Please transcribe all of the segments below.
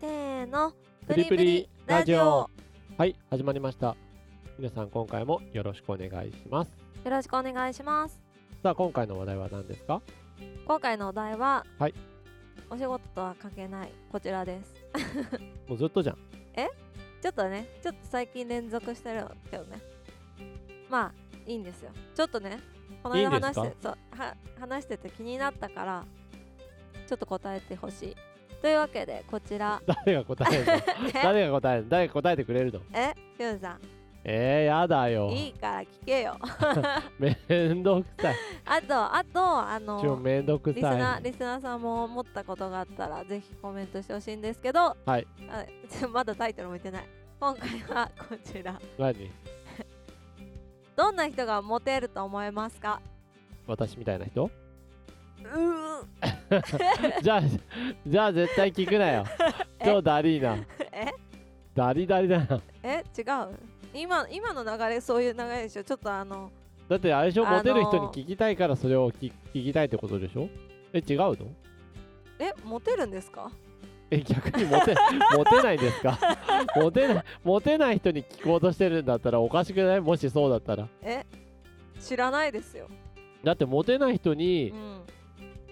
生のプリプリラジオよはい始まりました皆さん今回もよろしくお願いしますろしくお願いしますさあ今回の話題は何ですか今回のお題は、はいお仕事とは関係ないこちらですもうずっとじゃん ちょっとねちょっと最近連続してるけどねまあいいんですよちょっとねこのいい間んです話かしてそうは話してて気になったからちょっと答えてほしいというわけでこちら誰が答え るのね誰が答えるの誰が答えてくれるのえしゅんさえー、やだんよいいから聞けよめんどくさいあとあとあのちょめんどくリスナさーいリスナーさんも思ったことがあったらぜひコメントしてほしいんですけど、はいあちょまだタイトルも言ってない今回はこちら何どんな人がモテると思いますか私みたいな人 うーんじゃあじゃあ絶対聞くなよ え超ダリーな えダリダリだなえ違う今今の流れそういう流れでしょちょっとあのだって相性あのーモテる人に聞きたいからそれを聞聞きたいってことでしょえ違うのえモテるんですかえ 逆にモテモテないんですか モテないモテない人に聞こうとしてるんだったらおかしくないもしそうだったらえ知らないですよ、だってモテない人うにん、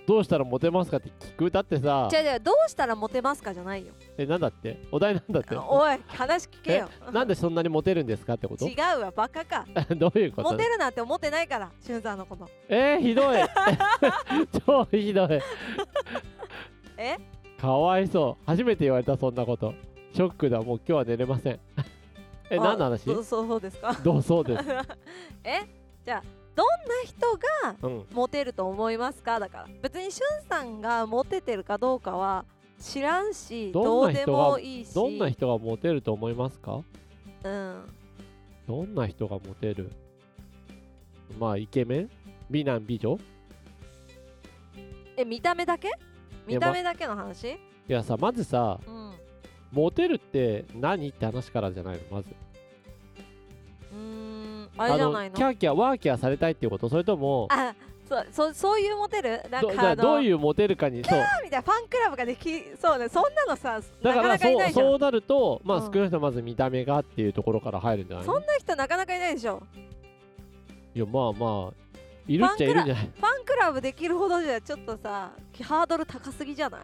どうしたらモテますかって聞くだってさじゃじゃどうしたらモテますかじゃないよえなんだってお題なんだっておい話聞けよなんでそんなにモテるんですかってこ違とうわバカかどういうこモとテるなんて思ってないからしゅんさんのことえー、ひどい 超ひどいえかわいそう初めて言われたそんなことショックだもう今日は寝れませんえあ何の話そうそうそうですかどうそ うです、えじゃあどんな人がうん、モテると思いますかだから別にしゅんさんがモテてるかどうかは知らんしどどんうなで人がもいいしどんな人がモテると思いますかうんどんな人がモテるまあイケメン美男美女え見た目だけい見やた目だけの話、いやさまずさうんうモテるって何って話からじゃないのまずーんあれじゃないのキャーキャーワーキャーされたいっていうことそれともあそうそうそういうモテるなんどかじゃああのどういうモテるかにそうみたいなファンクラブができそうねそんなのさだから なかなかいないじゃんそそうそうなるとまあうん少なくともまず見た目がっていうところから入るんじゃないのんな人なかなかいないでしょいやまあまあいるっちゃいるんじゃないファンクラブできるほどじゃちょっとさハードル高すぎじゃない、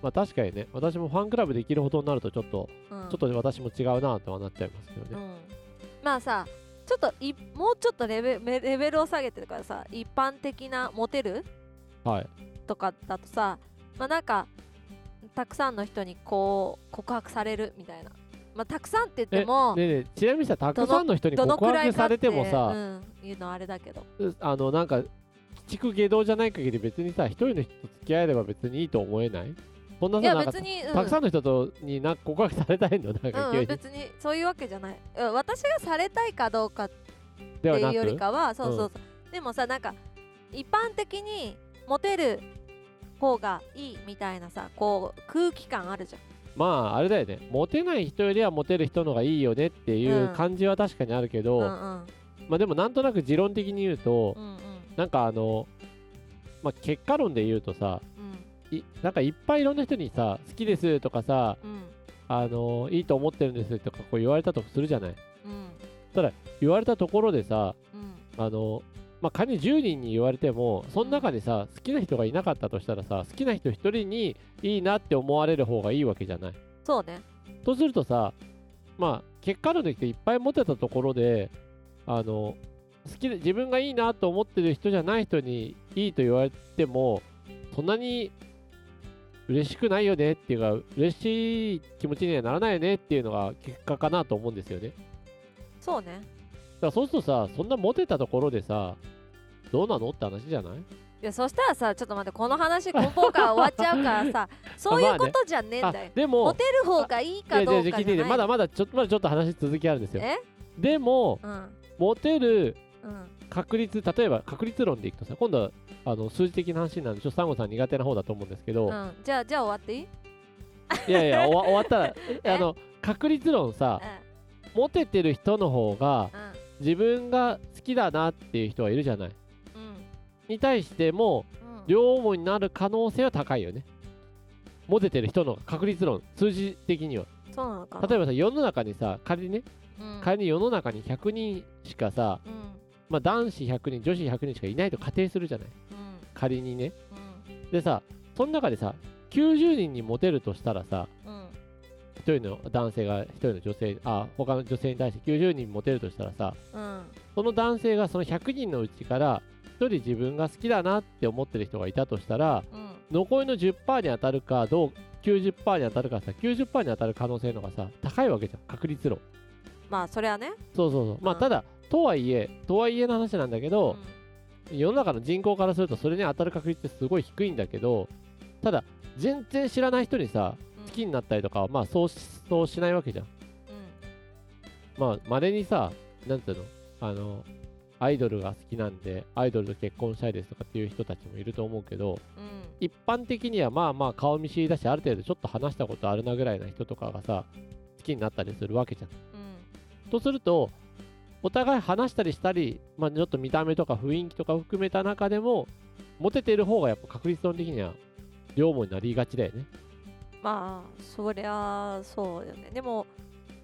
まあ確かにね私もファンクラブできるほどになるとちょっと、うん、ちょっと私も違うなとはなっちゃいますけどうね、ん、まあさちょっといもうちょっとレベめレベルを下げてるからさ一般的なモテるはいとかだとさまあなんかたくさんの人にこう告白されるみたいな、まあ、たくさんって言っても、ねえねえちなみにさたくさんの人にどの告くらい白かさってれてもさ、うん、いうのはあれだけどあのなんか鬼畜下道じゃない限り別にさ一人の人と付き合えれば別にいいと思えないそんないさやなんか別に、うん、たくさんの人とになんか告白されたいのなんかう急ん、に、別にそういうわけじゃない、うん、私がされたいかどうかっでっはていうなよりくかはそうそうそう、でもさなんか一般的にモテる方がいいみたいなさこう空気感あるじゃんまああれだよねモテない人よりはモテる人の方がいいよねっていうんう感じは確かにあるけど、うんうんまあでもなんとなく持論的に言うと、うんうんなんかあの、まあ、結果論で言うとさいなんかいっぱいいろんな人にさ好きですとかさうんうんあのいいと思ってるんですとかこう言われたとするじゃないうん言われたところでさうんあの、まあ、仮に10人に言われても、その中でさ、好きな人がいなかったとしたらさ、好きな人1人にいいなって思われる方がいいわけじゃない。そうねとするとさ、まあ、結果論で言っていっぱい持てたところで、あの、好きで自分がいいなと思ってる人じゃない人にいいと言われても、そんなに嬉しくないよねっていうか、嬉しい気持ちにはならないよねっていうのが結果かなと思うんですよね。そうねだからそうするとさ、そんなモテたところでさ、どうなのって話じゃないいやそしたらさちょっと待ってこの話根本から終わっちゃうから さそういうことじゃねえんだよ、あでモも、テる方がいいかどうかじゃないいやいや聞いてまだまだちょっとまだちょっと話続きあるんですよ。えでも、うんモテるうん確率、例えば確率論でいくとさ、今度はあの数字的な話なんで、ちょっとサンゴさん苦手な方だと思うんですけど、うん、じゃあじゃあ終わっていい、うん、いやいや、終わ終 わったらえ、あの、確率論さ、モテてる人の方が、自分が好きだなっていう人はいるじゃない。うんに対しても、うんうん両思いになる可能性は高いよね。モテてる人の確率論数字的にはそうなのかな例えばさ世の中にさ仮にねうん仮に世の中に100人しかさ、うんまあ、男子100人女子100人しかいないと仮定するじゃないうん仮にねでさその中でさ90人にモテるとしたらさうんうん1人の男性が1人の女性あ他の女性に対して90人モテるとしたらさうんその男性がその100人のうちから1人自分が好きだなって思ってる人がいたとしたらうん残りの10%に当たるかどう90%に当たるかさ90%に当たる可能性の方がさ高いわけじゃん確率論まあそれはねそうそうそうまあうんただとはいえとはいえの話なんだけど、世の中の人口からするとそれに当たる確率ってすごい低いんだけどただ全然知らない人にさ好きうんになったりとかはまあそうしそうしないわけじゃんまあまれにさなんていうのあのアイドルが好きなんでアイドルと結婚したいですとかっていう人たちもいると思うけどうん一般的にはまあまあ顔見知りだしある程度ちょっと話したことあるなぐらいな人とかがさ好きになったりするわけじゃんうんとするとお互い話したりしたり、まあ、ちょっと見た目とか雰囲気とか含めた中でもモテてる方がやっぱ確率論的には両思いになりがちだよね。まあそりゃそうよねでも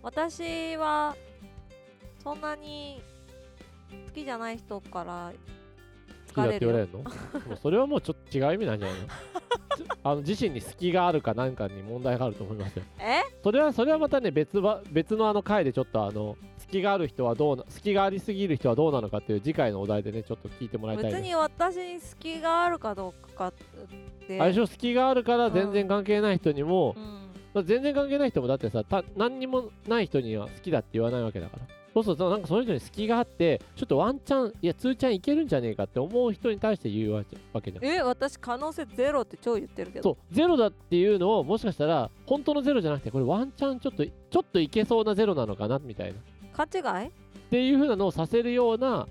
私はそんなに好きじゃない人から好きだ疲っれてる言わよれるのもうそれはもうちょっと違う意味なんじゃないの あの自身に隙があるかなんかに問題があると思いますよ。えそれはそれはまたね別は別のあの回でちょっとあの隙がある人はどうな隙がありすぎる人はどうなのかっていう次回のお題でねちょっと聞いてもらいたい別ね。に私に隙があるかどうかって相性隙があるから全然関係ない人にも、うんまあ全然関係ない人もだってさた何にもない人には好きだって言わないわけだからそうするとなんかその人に隙があってちょっとワンチャンいやツーチャンいけるんじゃねえかって思う人に対して言うわけわけじゃんえ私可能性ゼロって超言ってるけどそうゼロだっていうのをもしかしたら本当のゼロじゃなくてこれワンチャンちょっとちょっといけそうなゼロなのかなみたいなっ勘違い ていう風なのをさせるような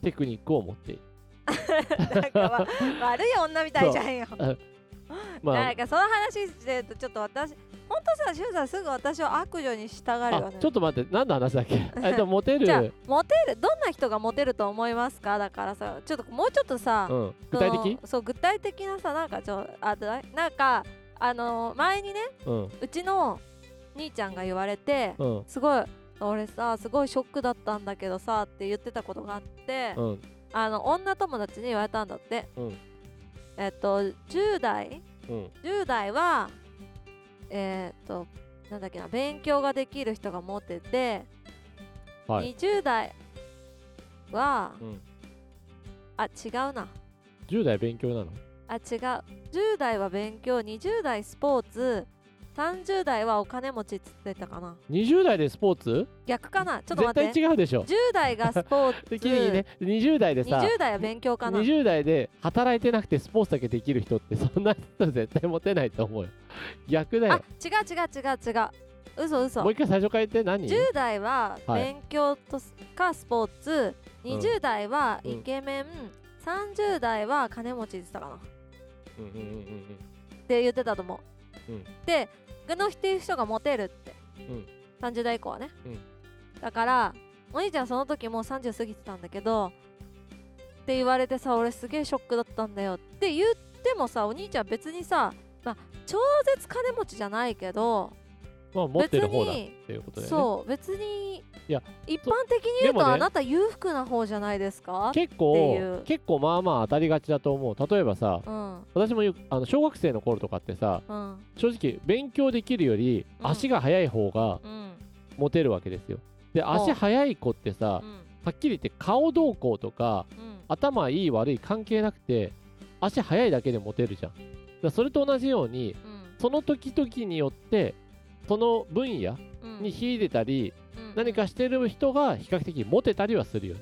テクニックを持っているなんか、わ悪い女みたいじゃんよまなあんかその話してるとちょっと私本当さしゅんさんすぐ私を悪女に従うよあねちょっと待って何の話だっけえっとモテるじゃあモテるどんな人がモテると思いますかだからさちょっともうちょっとさ、うん、具体その的そう具体的なさなんかちょあだなんかあの前にねうんうちの兄ちゃんが言われてうんすごい俺さすごいショックだったんだけどさって言ってたことがあって、うんあの女友達に言われたんだって、うんえっと10代うん10代はえーっとなんだっけな勉強ができる人がモテて、はい20代は、うんあ違うな10代勉強なのあ違う10代は勉強20代スポーツ30代はお金持ちっつってたかな20代でスポーツ逆かなちょっと絶待っ対て違うでしょ10代がスポー ツ的にね20代でさ20代は勉強かな20代で働いてなくてスポーツだけできる人ってそんな人絶対モテないと思うよ逆だあ違よう違う違う違う嘘嘘もう一回最初から言って何10代ははい勉強とすかスポーツ、うん20代はうんイケメン、30代は金持ちでしたかなっうんうんうんて言ってたと思う、うんで具のっていう人がモテるって、うん30代以降はね、うんだからお兄ちゃんその時もう30過ぎてたんだけどって言われてさ俺すげえショックだったんだよって言ってもさお兄ちゃん別にさまあ超絶金持ちじゃないけどまあ持ってる方だ別っにていうことだよねそう別にいや一般的に言うでもとねあなた裕福な方じゃないですか、結っていう構結構まあまあ当たりがちだと思う例えばさうん私もよくあの小学生の頃とかってさうん正直勉強できるよりうん足が速い方がうんモテるわけですよで足速い子ってさうんはっきり言って顔どうこうとかうん頭いい悪い関係なくて足速いだけでモテるじゃんだからそれと同じようにうんその時々によってその分野うんに秀でたり、うん何かしてる人が比較的モテたりはするよね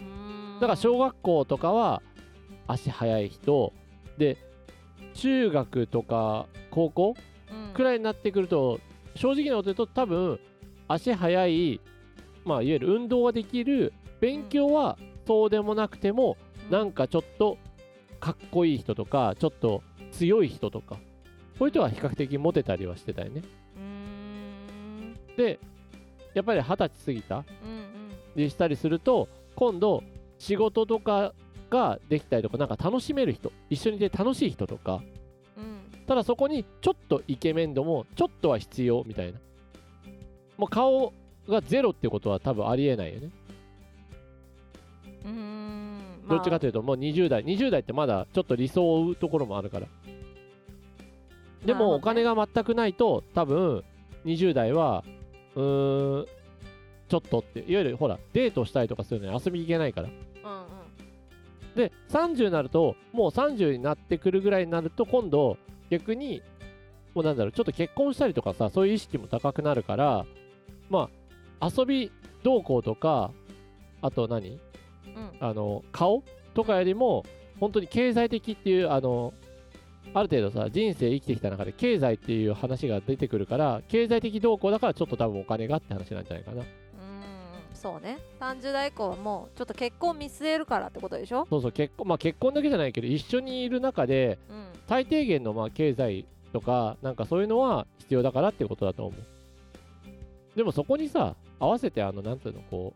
うんだから小学校とかは足速い人で中学とか高校うんくらいになってくると正直なこと言うと多分足速いまあいわゆる運動ができる勉強はそうでもなくてもなんかちょっとかっこいい人とかちょっと強い人とかこういう人は比較的モテたりはしてたよねうんでやっぱり二十歳過ぎたうんうんりしたりすると今度仕事とかができたりとかなんか楽しめる人一緒にいて楽しい人とかうんただそこにちょっとイケメン度もちょっとは必要みたいなもう顔がゼロってことは多分ありえないよね、うーん、どっちかというともう20代20代ってまだちょっと理想を追うところもあるからでもおな金るが全くないと多分20代はうーんちょっとっていわゆるほらデートしたりとかするのに遊びに行けないからまあうんうんで30になるともう30になってくるぐらいになると今度逆にもうなんだろうちょっと結婚したりとかさそういう意識も高くなるからまあ遊び動向とかあと何うんあの顔とかよりも本当に経済的っていうあのある程度さ人生生きてきた中で経済っていう話が出てくるから経済的動向だからちょっと多分お金がって話なんじゃないかなうんそうね30代以降はもうちょっと結婚見据えるからってことでしょ、そうそう結婚まあ結婚だけじゃないけど一緒にいる中でうん、最低限のまあ経済とかなんかそういうのは必要だからってことだと思うでもそこにさ合わせてあのなんていうのこ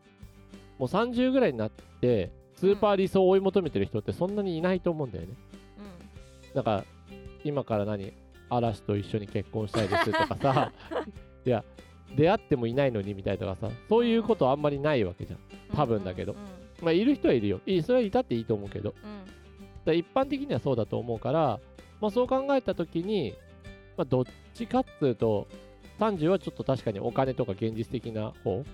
うもう30ぐらいになってスーパー理想を追い求めてる人ってそんなにいないと思うんだよねうなんか今から何嵐と一緒に結婚したいですとかさいや出会ってもいないのにみたいとかさそういうことあんまりないわけじゃんん、多分だけどうんうんまあいる人はいるよいいそれはいたっていいと思うけどうんだから一般的にはそうだと思うから、まあ、そう考えた時に、まあ、どっちかっつうと30はちょっと確かにお金とか現実的な方うんうん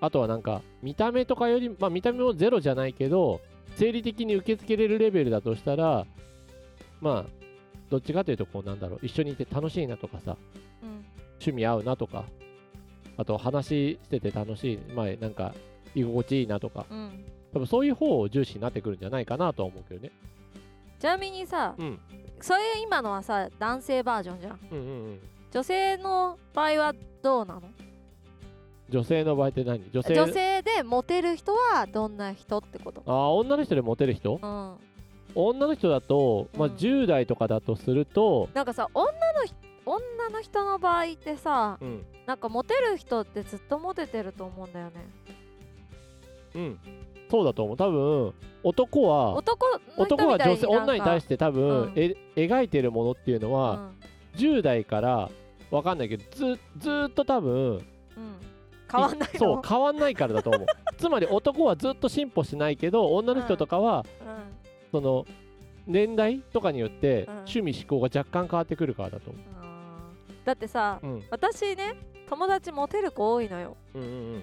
あとはなんか見た目とかより、まあ、見た目もゼロじゃないけど生理的に受け付けれるレベルだとしたらまあどっちかというとこうなんだろう一緒にいて楽しいなとかさうん趣味合うなとかあと話してて楽しいまあなんか居心地いいなとかうんうん多分そういう方を重視になってくるんじゃないかなとは思うけどねちなみにさ、うんそれ今のはさ男性バージョンじゃんうんうんうん女性の場合はどうなの女性の場合って何女性女性でモテる人はどんな人ってことああ女の人でモテる人うん女の人だと、まあ、うん10代とかだとすると、なんかさ女のひ女の人の場合ってさうんなんかモテる人ってずっとモテてると思うんだよねうん、そうだと思う多分男は男の人男みはたい女性女に対してて多分、うんえ描いてるものっていうのうは、ん、 10代からわかんないけどずずーっと多分うん、変わんないのそう変わんないから だと思うつまり男はずっと進歩しないけど女の人とかは、うんその年代とかによって、うん趣味思考が若干変わってくるからだと思あーだってさ、う、うん、私ね友達モテる子多いのようんうん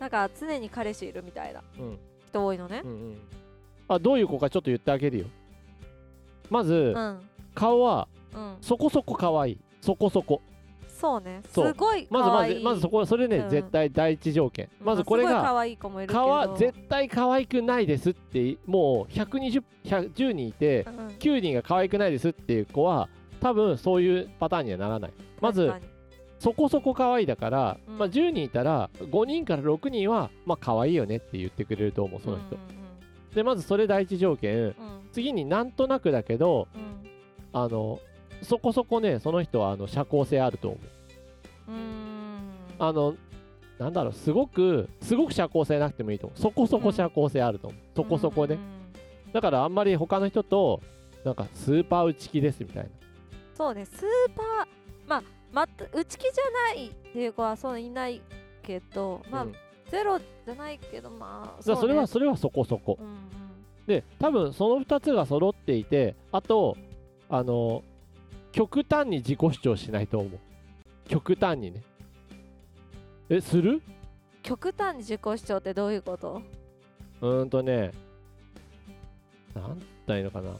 なんか常に彼氏いるみたいなうんうん人多いのねうんうんあどういう子かちょっと言ってあげるよまず、うん顔はうんそこそこ可愛いそこそこそうねすそうごいまず可ま愛ずいまずそこそれね、うん絶対第一条件まずこれすごいが可愛い子もいるけどかわ絶対可愛くないですってもう120 110人いてうん9人が可愛くないですっていう子は多分そういうパターンにはならないまず確かにそこそこ可愛いだから、うんまあ、10人いたら5人から6人はまあ可愛いよねって言ってくれると思うその人、でまずそれ第一条件うんうん次になんとなくだけどうんあのそこそこねその人はあの社交性あると思ううんうんあのなんだろうすごくすごく社交性なくてもいいと思うそこそこ社交性あると思う、そこそこうねん、うんだからあんまり他の人となんかスーパー打ち気ですみたいなそうねスーパーまあまた打ち気じゃないっていう子はそういないけどまあ、うんだかゼロじゃないけどまあらそれはねそれはそこそこうんうんで多分その2つが揃っていてあとあの極端に自己主張しないと思う極端にねえする極端に自己主張ってどういうことうーんとね、なんたいいのかな。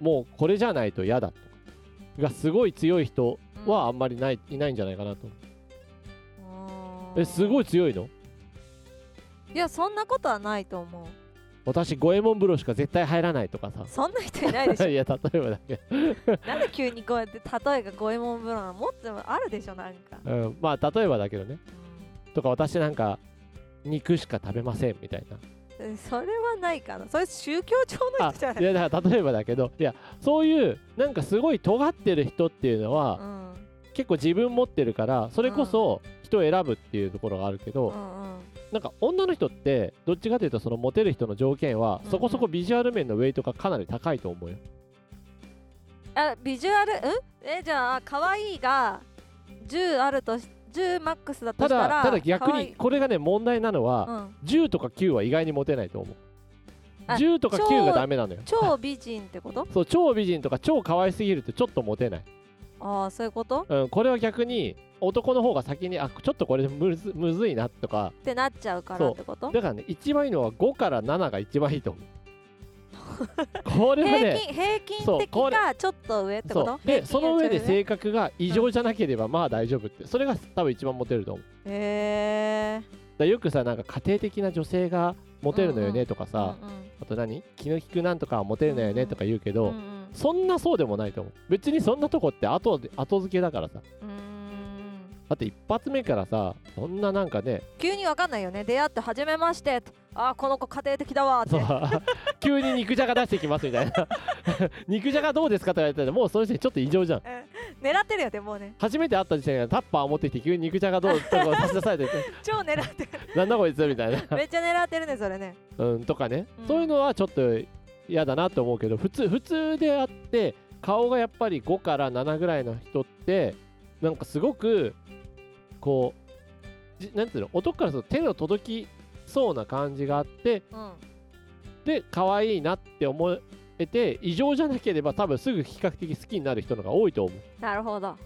もうこれじゃないと嫌だとか。がすごい強い人はあんまりない,、いないんじゃないかなと思うんう。え、すごい強いのいやそんなことはないと思う私、五右衛門風呂しか絶対入らないとかさ。そんな人いないでし いや、例えばだけど。ょなんで急にこうやって例えが五右衛門風呂なのもっとあるでしょなんか、うん、まあ、例えばだけどね。とか、私なんか、肉しか食べませんみた いな。うん、それはないかなそれ宗教上のあ人じゃないいや、だから例えばだけど、いや、そういう、なんかすごい尖ってる人っていうのは、うん結構自分持ってるから、それこそ人を選ぶっていうところがあるけど、うんうんなんか女の人ってどっちかというとそのモテる人の条件はうんそこそこビジュアル面のウェイトがかなり高いと思うよ。あビジュアルうんえじゃあ可愛いが10あるとし10マックスだとたしたらだただ逆可愛いにこれがね問題なのうは、ん、 10とか9は意外にモテないと思うあ10とか9がダメなのよ超美人ってことそう超美人とか超可愛すぎるとちょっとモテない、ああそういうことうん、これは逆に男の方が先にあちょっとこれむずむずいなとかってなっちゃうからってことだからね一番いいのは5から7が一番いい と思うこれは平ね均平均そう的これかちょっと上ってこそとうでその上で平均性格が異常じゃなければまあ大丈夫ってそれが多分一番モテると思うだか上へえらよくさなんか家庭的な女性がモテるのよねとかさ、うんあと何気の利くなんとかはモテるのよねとか言ううけんど、うんそんなそうでもないと思う別にそんなとこって後で後付けだからさうんうんだって一発目からさそんななんかね急にわかんないよね出会って初めましてあーこの子家庭的だわーっそてう 急に肉じゃが出してきますみたいな 肉じゃがどうですかって言われたらもうその時点でちょっと異常じゃん狙ってるよねもうね初めて会った時点でタッパー持ってきて急に肉じゃがどうと か差し出されて超狙って るなんだこいつみたいな、めっちゃ狙ってるねそれねうん、とかね、うんそういうのはちょっと嫌だなと思うけど普通普通であって顔がやっぱり5から7ぐらいの人ってなんかすごくこうじなんていうの男からすると手の届きそうな感じがあってうんで可愛いなって思えて異常じゃなければ多分すぐ比較的好きになる人の方が多いと思う、なるほど、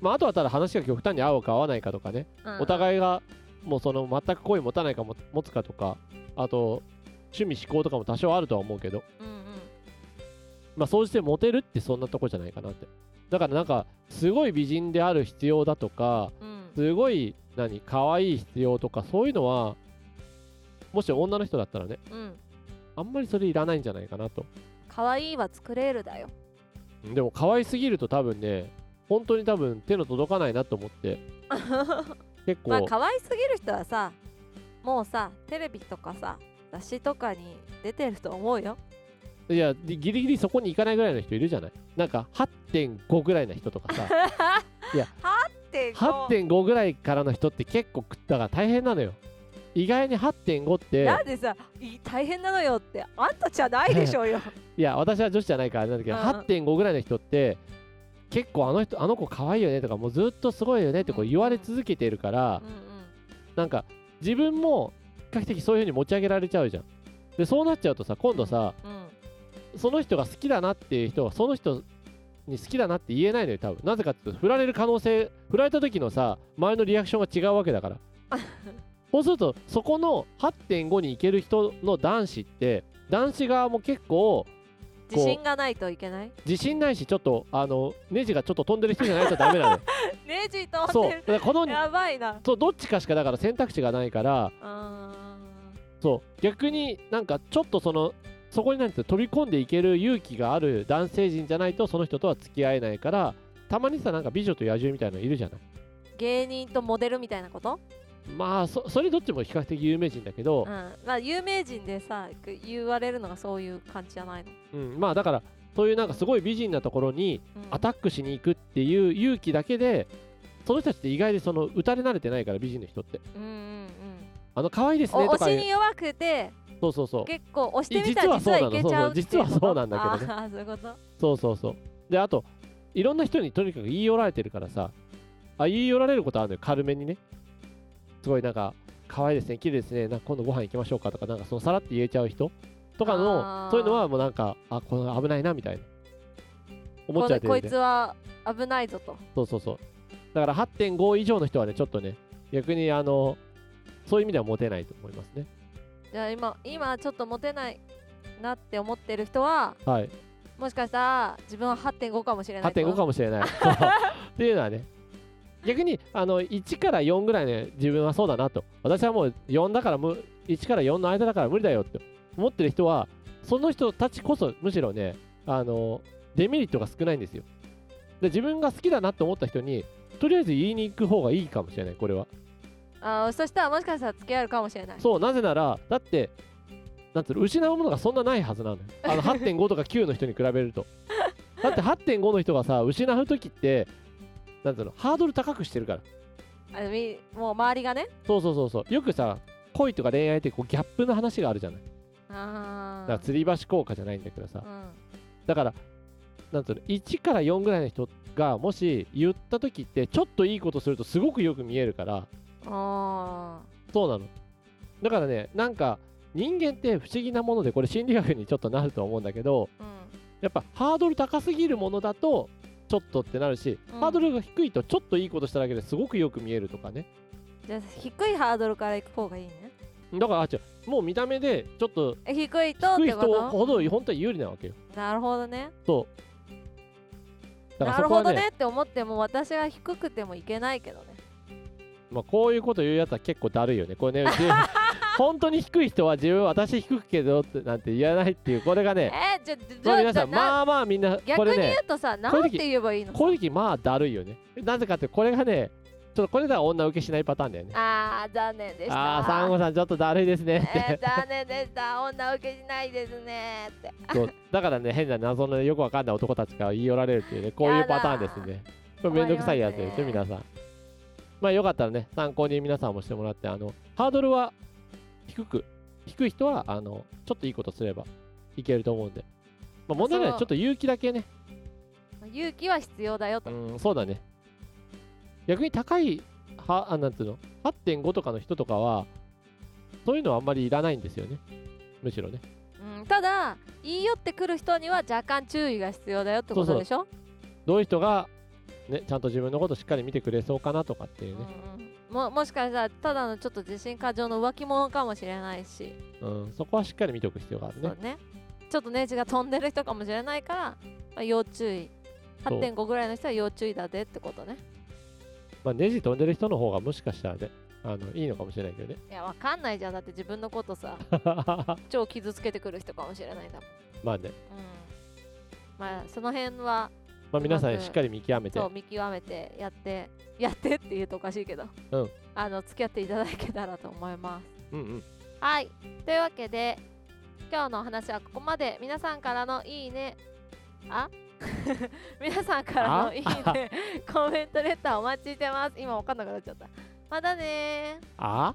まあ、あとはただ話が極端に合うか合わないかとかね、うんお互いがもうその全く恋持たないかも持つかとかあと趣味思考とかも多少あるとは思うけどうんうんまあそうしてモテるってそんなとこじゃないかなってだからなんかすごい美人である必要だとかうんすごい何可愛い必要とかそういうのはもし女の人だったらねうんあんまりそれいらないんじゃないかなと可愛いは作れるだよでも可愛すぎると多分ね本当に多分手の届かないなと思って結構、まあ可愛すぎる人はさもうさテレビとかさ雑誌とかに出てると思うよいやギリギリそこに行かないぐらいの人いるじゃないなんか8.5ぐらいな人と かさってこう8.5ぐらいからの人って結構だから大変なのよ意外に8.5ってなんでさい大変なのよってあんたじゃないでしょ うよいや私は女子じゃないからあれなんだけど、うん8.5ぐらいの人って結構あの人あの子可愛いよねとかもうずっとすごいよねってこう言われ続けてるから、うんうんなんか自分も比較的そういう風に持ち上げられちゃうじゃんでそうなっちゃうとさ今度さ、うんその人が好きだなっていう人はその人に好きだなって言えないのよ多分なぜかっていうと振られる可能性振られた時のさ前のリアクションが違うわけだ からそうするとそこの8.5に行ける人の男子って男子側も結構自信がないといけ ない自信ないしちょっとあのネジがちょっと飛んでる人じゃないとダメなのよネジ 飛そんでうだるからこのやばいなそうどっちかしかだから選択肢がないからあそう逆になんかちょっとそのそこになんていうの飛び込んでいける勇気がある男性陣じゃないとその人とは付き合えないからたまにさなんか美女と野獣みたいなのいるじゃないー芸人とモデルみたいなこと、まあそそれどっちも比較的有名人だけうどん、まあ有名人でさく言われるのがそういう感じじゃないの、うん、まあだからそういうなんかすごい美人なところにうんアタックしに行くっていう勇気だけでその人たちって意外にその打たれ慣れてないから美人の人ってうんうんあの可愛いですうんねおとか推言しうに弱くてそうそうそう結構押してみたら実は実そはうないのけちゃうっていそうそう実はそうなんだけどねねあーそういうことそうそうそう。で、あと、いろんな人にとにかく言い寄られてるからさ、あ言い寄られることあるのよ、軽めにね。すごいなんか、可愛いですね、綺麗ですね、なんか今度ご飯行きましょうかとか、なんかそのさらって言えちゃう人とかあの、ーそういうのはもうなんか、あ、この危ないなみたいな。思っこちゃっのてこるんいでつ。は危ないぞとそうそうそう。だから8.5以上の人はね、ちょっとね、逆にあの、そういう意味ではモテないと思いますね。じゃあ今今ちょっとモテないなって思ってる人ははい。もしかしたら自分は8.5かもしれない8.5かもしれ ない。そうっていうのはね、逆にあの1から4ぐらいね、自分はそうだなと、私はもう4だからむ、1から4の間だから無理だよって思ってる人は、その人たちこそ、むしろね、あのデメリットが少ないんですよ。で自分が好きだなと思った人に、とりあえず言いに行く方がいいかもしれない、これは。あーそしたらもしかしたら付き合えるかもしれないそう、なぜなら、だって、なんつうの、失うものがそんなないはずなのよ。あの8.5とか9の人に比べると。だって8.5の人がさ、失う時って、なんつうの、ハードル高くしてるから。あのみもう周りがねそうそうそうそう。よくさ、恋とか恋愛ってこうギャップの話があるじゃない。だあかあら吊り橋効果じゃないんだけどさ。うんだから、なんつうの1から4ぐらいの人がもし言った時ってちょっといいことするとすごくよく見えるからあそうなのだからねなんか人間って不思議なものでこれ心理学にちょっとなると思うんだけどーうんやっぱハードル高すぎるものだとちょっとってなるし、うんハードルが低いとちょっといいことしただけですごくよく見えるとかねじゃあ低いハードルから行く方がいいねだからあ違うもう見た目でちょっとえ低いとっ低いてこ人とほど本当は有利なわけよなるほどねそうだからなそるこほはどねねって思っても私は低くてもいけないけどねまあ、こういうこと言うやつは結構だるいよねこ れね自分本当に低い人は自分私低くけどってなんて言わないっていうこれがねえー、じゃじゃじまあ皆ゃあさんなまあまあみんなこ逆にれ言ねうとさ、なこういんうて時言えばいいのこういう時まあだるいよねなぜかってこれがねちょっとこれでは女受けしないパターンだよねあー、残念でした。ああーサンゴさんちょっとだるいですねってえー、残念でした。女受けしないですねって。そうだからね変な謎のよくわかんない男たちが言い寄られるっていうねこういうパターンですねこれめんどくさいやつです困より皆さんまあよかったらね参考に皆さんもしてもらってあのハードルは低く低い人はあのちょっといいことすればいけると思うんで、まあ、問題ないそうちょっと勇気だけね勇気は必要だようと。んそうだね逆に高いはあなんていうの8.5とかの人とかはそういうのはあんまりいらないんですよねむしろねうん、ただ、言い寄ってくる人には若干注意が必要だよってことでしょどういう人が、ね、ちゃんと自分のことしっかり見てくれそうかなとかっていうね、うんうんももしかしたらただのちょっと自信過剰の浮気者かもしれないし、うん、そこはしっかり見ておく必要があるそねう。ねちょっとネジが飛んでる人かもしれないから、まあ要注意そう8.5ぐらいの人は要注意だでってことねまあ、ネジ飛んでる人の方がもしかしたらね、あのいいのかもしれないけどね。いやわかんないじゃんだって自分のこと さ超傷つけてくる人かもしれないんだもんまあね、うんまあその辺はまあ、皆さまんずしっかり見極めてそう、見極めてやってやってって言うとおかしいけど、うんあの付き合っていただけたらと思いますうんうん、はいというわけで今日のお話はここまで皆さんからのいいねあ 皆さんからのあいいねコメントレターお待ちしてます今わかんなくなっちゃったまたねーあ